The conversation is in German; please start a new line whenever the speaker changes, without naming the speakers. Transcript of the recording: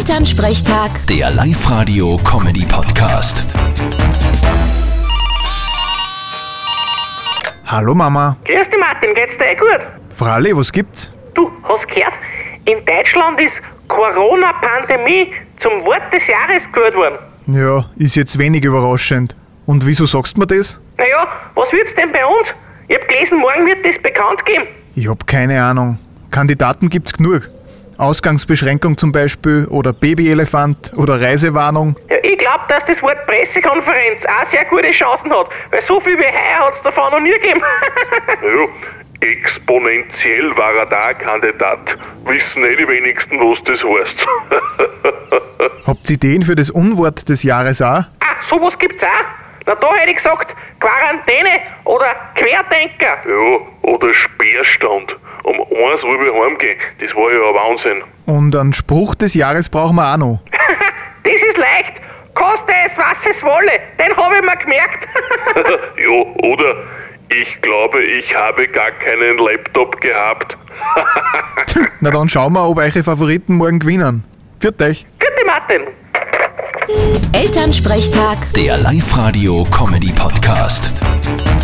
Elternsprechtag,
Der Live-Radio-Comedy-Podcast.
Hallo Mama.
Grüß dich Martin, geht's dir eh gut?
Fralli, was gibt's?
Du, hast gehört? In Deutschland ist Corona-Pandemie zum Wort des Jahres gehört worden.
Ja, ist jetzt wenig überraschend. Und wieso sagst du mir das?
Naja, was wird's denn bei uns? Ich hab gelesen, morgen wird das bekannt geben.
Ich hab keine Ahnung. Kandidaten gibt's genug. Ausgangsbeschränkung zum Beispiel oder Babyelefant oder Reisewarnung.
Ja, ich glaub, dass das Wort Pressekonferenz auch sehr gute Chancen hat, weil so viel wie heuer hat's davon noch nie gegeben.
Ja, exponentiell war er da Kandidat. Wissen eh die wenigsten, was das heißt.
Habt ihr Ideen für das Unwort des Jahres auch?
ah, sowas gibt's auch? Na, da hätte ich gesagt, Quarantäne oder Querdenker.
ja, oder Speerstand. Um eins will ich heimgehen. Das war ja ein Wahnsinn.
Und einen Spruch des Jahres brauchen wir auch noch.
Das ist leicht. Koste es, was es wolle. Den hab ich mir gemerkt.
ja, oder ich glaube, ich habe gar keinen Laptop gehabt.
Na dann schauen wir, ob eure Favoriten morgen gewinnen. Viert euch.
Bitte, Martin.
Elternsprechtag.
Der Live-Radio-Comedy-Podcast.